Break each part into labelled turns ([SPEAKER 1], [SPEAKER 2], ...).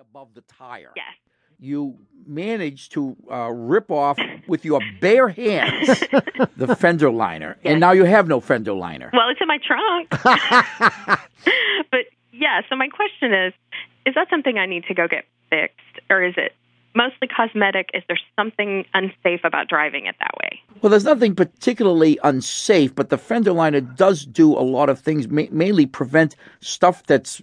[SPEAKER 1] above the tire.
[SPEAKER 2] Yes.
[SPEAKER 1] You managed to uh, rip off with your bare hands the fender liner, and now you have no fender liner.
[SPEAKER 2] Well, it's in my trunk. but yeah, so my question is is that something I need to go get fixed or is it mostly cosmetic? Is there something unsafe about driving it that way?
[SPEAKER 1] Well, there's nothing particularly unsafe, but the fender liner does do a lot of things, ma- mainly prevent stuff that's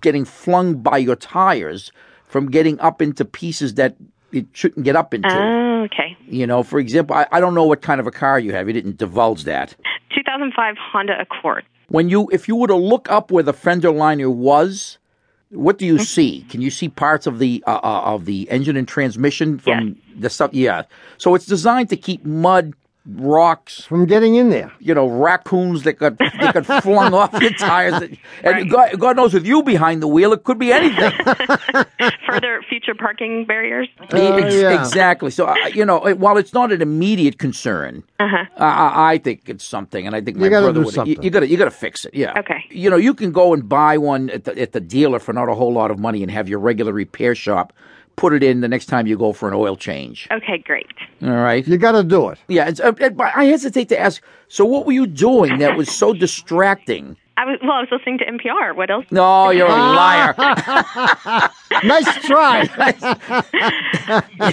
[SPEAKER 1] getting flung by your tires from getting up into pieces that it shouldn't get up into.
[SPEAKER 3] Uh.
[SPEAKER 2] Oh, okay.
[SPEAKER 1] You know, for example, I, I don't know what kind of a car you have. You didn't divulge that.
[SPEAKER 2] 2005 Honda Accord.
[SPEAKER 1] When you, if you were to look up where the fender liner was, what do you see? Can you see parts of the uh, uh, of the engine and transmission from the stuff? Yeah. So it's designed to keep mud, rocks,
[SPEAKER 4] from getting in there.
[SPEAKER 1] you know, raccoons that got that got flung off your tires. And God, God knows, with you behind the wheel, it could be anything.
[SPEAKER 2] Further future parking barriers?
[SPEAKER 1] Ex-
[SPEAKER 4] Uh, yeah.
[SPEAKER 1] Exactly. So uh, you know, it- while it's not an immediate concern,
[SPEAKER 2] Uh-huh.
[SPEAKER 1] I- I, I think it's something, and I think my
[SPEAKER 4] gotta
[SPEAKER 1] brother would.
[SPEAKER 4] do
[SPEAKER 1] You,
[SPEAKER 4] something.
[SPEAKER 1] you gotta, you gotta fix it. Yeah.
[SPEAKER 2] Okay.
[SPEAKER 1] You know, you can go and buy one at the at the dealer for not a whole lot of money, and have your regular repair shop put it in the next time you go for an oil change.
[SPEAKER 2] Okay, great.
[SPEAKER 1] All right.
[SPEAKER 4] You got to do it.
[SPEAKER 1] Yeah. It's, uh, it- but I hesitate to ask. So, what were you doing that was so distracting?
[SPEAKER 2] I was well, I was listening to NPR. What else?
[SPEAKER 1] No, you're a liar.
[SPEAKER 4] Nice try.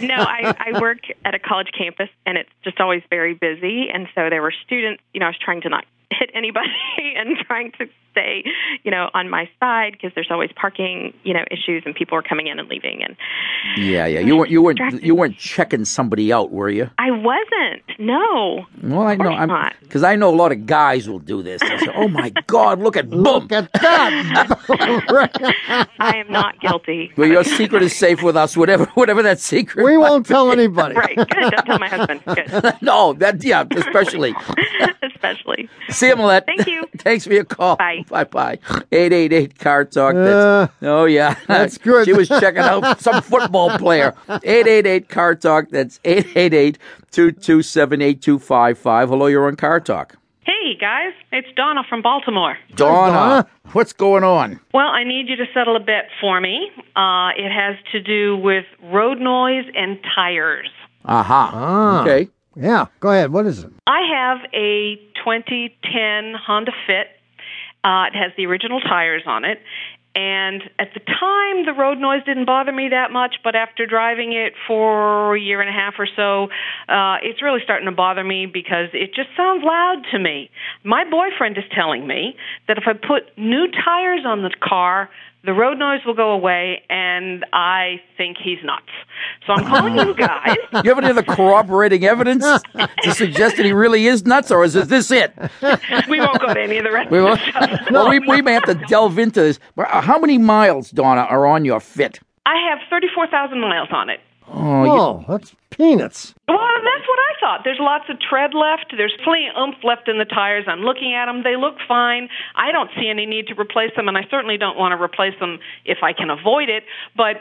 [SPEAKER 2] no, I, I work at a college campus and it's just always very busy. And so there were students, you know, I was trying to not hit anybody and trying to stay, you know, on my side because there's always parking, you know, issues and people are coming in and leaving. And
[SPEAKER 1] Yeah, yeah. You weren't you weren't you weren't checking somebody out, were you?
[SPEAKER 2] I wasn't. No.
[SPEAKER 1] Well, I know
[SPEAKER 2] course
[SPEAKER 1] I'm
[SPEAKER 2] not.
[SPEAKER 1] because I know a lot of guys will do this. They'll say, "Oh my God, look at boom!"
[SPEAKER 4] Look at that.
[SPEAKER 2] I am not guilty.
[SPEAKER 1] Well, your secret is safe with us, whatever whatever that secret.
[SPEAKER 4] we won't tell anybody.
[SPEAKER 2] Right. Good. Don't tell my husband. Good.
[SPEAKER 1] no, that yeah, especially.
[SPEAKER 2] Especially.
[SPEAKER 1] See you, Millette.
[SPEAKER 2] Thank you.
[SPEAKER 1] Thanks for your call.
[SPEAKER 2] Bye.
[SPEAKER 1] Bye bye. Eight eight eight car talk. That's, oh yeah,
[SPEAKER 4] Uh, that's good.
[SPEAKER 1] she was checking out some football player. Eight eight eight car talk. That's eight eight eight two two seven eight two five five. Hello, you're on car talk.
[SPEAKER 3] Hey guys, it's Donna from Baltimore.
[SPEAKER 1] Donna, what's going on?
[SPEAKER 3] Well, I need you to settle a bet for me. Uh, it has to do with road noise and tires.
[SPEAKER 4] Ah.
[SPEAKER 1] Aha. Okay.
[SPEAKER 4] Yeah. Go ahead. What is it?
[SPEAKER 3] I have a 2010 Honda Fit. Uh, it has the original tires on it. And at the time, the road noise didn't bother me that much, but after driving it for a year and a half or so, uh, it's really starting to bother me because it just sounds loud to me. My boyfriend is telling me that if I put new tires on the car, the road noise will go away, and I think he's nuts. So I'm calling you guys
[SPEAKER 1] You have any other corroborating evidence to suggest that he really is nuts, or is this it?
[SPEAKER 3] we won't go to any of the rest.
[SPEAKER 1] We,
[SPEAKER 3] of
[SPEAKER 1] will,
[SPEAKER 3] the shows.
[SPEAKER 1] well, we, we may have to delve into this. But uh, How many miles, Donna, are on your fit?
[SPEAKER 3] I have 34,000 miles on it.
[SPEAKER 4] Oh, that's peanuts.
[SPEAKER 3] Well, that's what I thought. There's lots of tread left. There's plenty of oomph left in the tires. I'm looking at them. They look fine. I don't see any need to replace them, and I certainly don't want to replace them if I can avoid it. But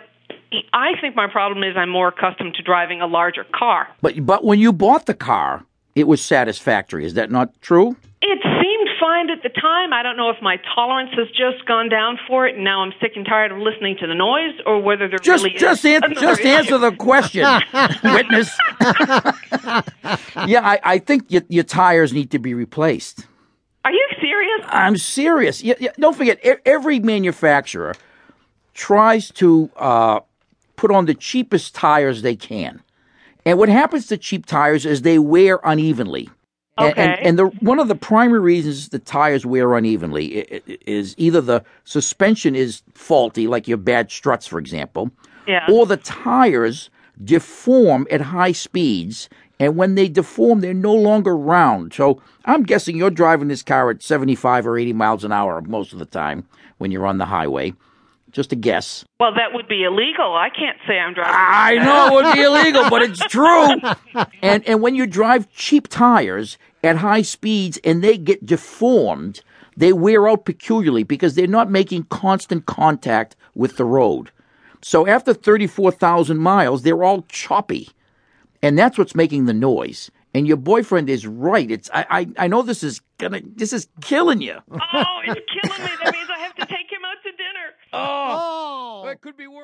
[SPEAKER 3] I think my problem is I'm more accustomed to driving a larger car.
[SPEAKER 1] But but when you bought the car, it was satisfactory. Is that not true?
[SPEAKER 3] It seemed fine at the time. I don't know if my tolerance has just gone down for it, and now I'm sick and tired of listening to the noise, or whether there
[SPEAKER 1] Just
[SPEAKER 3] really
[SPEAKER 1] just
[SPEAKER 3] is
[SPEAKER 1] an,
[SPEAKER 3] another
[SPEAKER 1] just
[SPEAKER 3] issue.
[SPEAKER 1] answer the question, witness. yeah, I, I think your, your tires need to be replaced.
[SPEAKER 3] Are you serious?
[SPEAKER 1] I'm serious. Y- y- don't forget, e- every manufacturer tries to uh, put on the cheapest tires they can. And what happens to cheap tires is they wear unevenly. A- And,
[SPEAKER 3] Okay.
[SPEAKER 1] and, the, one of the primary reasons the tires wear unevenly i- i- is either the suspension is faulty, like your bad struts, for example,
[SPEAKER 3] Yeah.
[SPEAKER 1] or the tires deform at high speeds. And when they deform, they're no longer round. So I'm guessing you're driving this car at 75 or 80 miles an hour most of the time when you're on the highway. Just a guess.
[SPEAKER 3] Well, that would be illegal. I can't say I'm driving.
[SPEAKER 1] I know it would be illegal, but it's true. And and when you drive cheap tires at high speeds and they get deformed, they wear out peculiarly because they're not making constant contact with the road. So after 34,000 miles, they're all choppy. And that's what's making the noise. And your boyfriend is right. It's I I, I know this is gonna this is killing you.
[SPEAKER 3] oh, it's killing me. That means I have to take him out to dinner.
[SPEAKER 1] It could be worse.